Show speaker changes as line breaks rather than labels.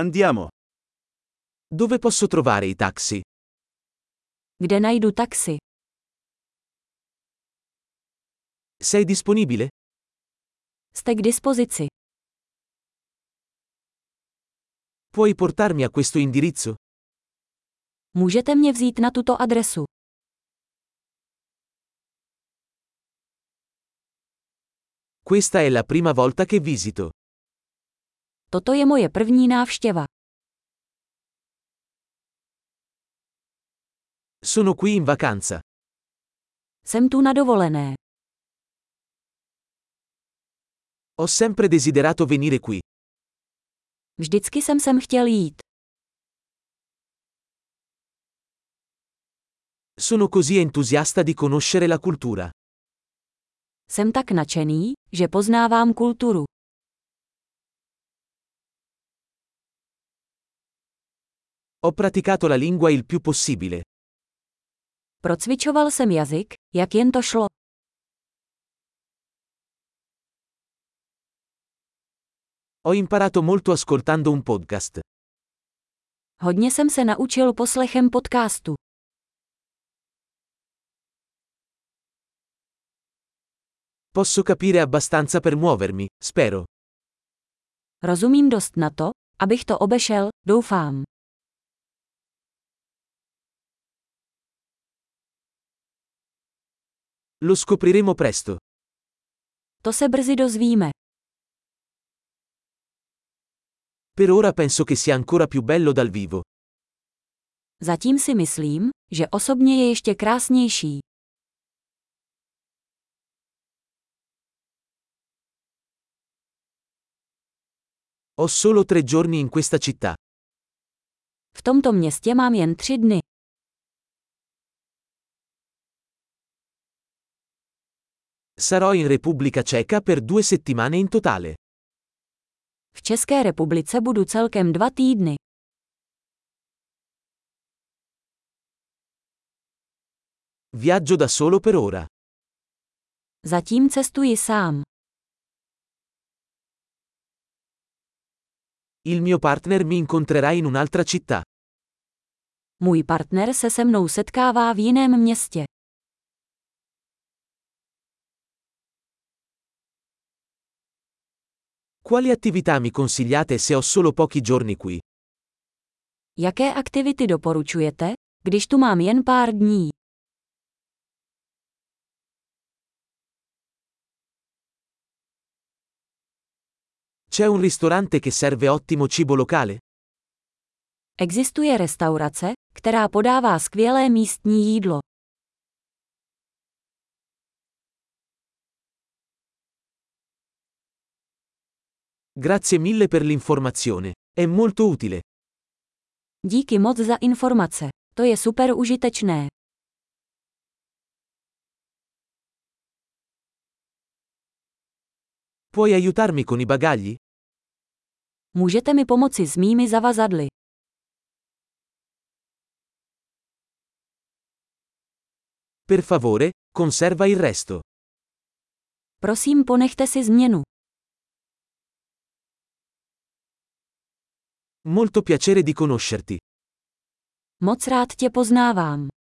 Andiamo. Dove posso trovare i taxi?
Kde najdu taxi?
Sei disponibile?
Jste k dispozici.
Puoi portarmi a questo indirizzo?
Můžete mě vzít na tuto adresu.
Questa è la prima volta che visito.
Toto je moje první návštěva.
Sono qui in vacanza.
Jsem tu na dovolené.
Ho sempre desiderato venire qui.
Vždycky jsem sem chtěl jít.
Sono così entusiasta di conoscere la cultura.
Jsem tak nadšený, že poznávám kulturu.
Ho praticato la lingua il più possibile.
Procvičoval jsem jazyk, jak jen to šlo.
Ho imparato molto ascoltando un podcast.
Hodně jsem se naučil poslechem podcastu.
Posso capire abbastanza per muovermi, spero.
Rozumím dost na to, abych to obešel, doufám.
Lo scopriremo presto.
To se brzy dozvíme.
Per ora penso che sia ancora più bello dal vivo.
Zatím si myslím, že osobně je ještě krásnější.
Ho solo tre giorni in questa città.
V tomto městě mám jen tři dny.
Sarò in Repubblica Ceca per due settimane in totale.
V České republice budu celkem dva týdny.
Viaggio da solo per ora.
Zatím cestuji sám.
Il mio partner mi incontrerà in un'altra città.
Můj partner se se mnou setkává v jiném městě.
Quali attività mi consigliate se ho solo pochi giorni qui?
Jaké aktivity doporučujete, když tu mám jen pár dní?
C'è un ristorante che serve ottimo cibo locale?
Existuje restaurace, která podává skvělé místní jídlo.
Grazie mille per l'informazione. È molto utile.
Díky moc za informace. To je super užitečné.
Puoi aiutarmi con i bagagli?
Můžete mi pomoci s mými zavazadly.
Per favore, conserva il resto.
Prosím, ponechte si změnu.
Molto piacere di conoscerti.
Moc rád tě poznávám.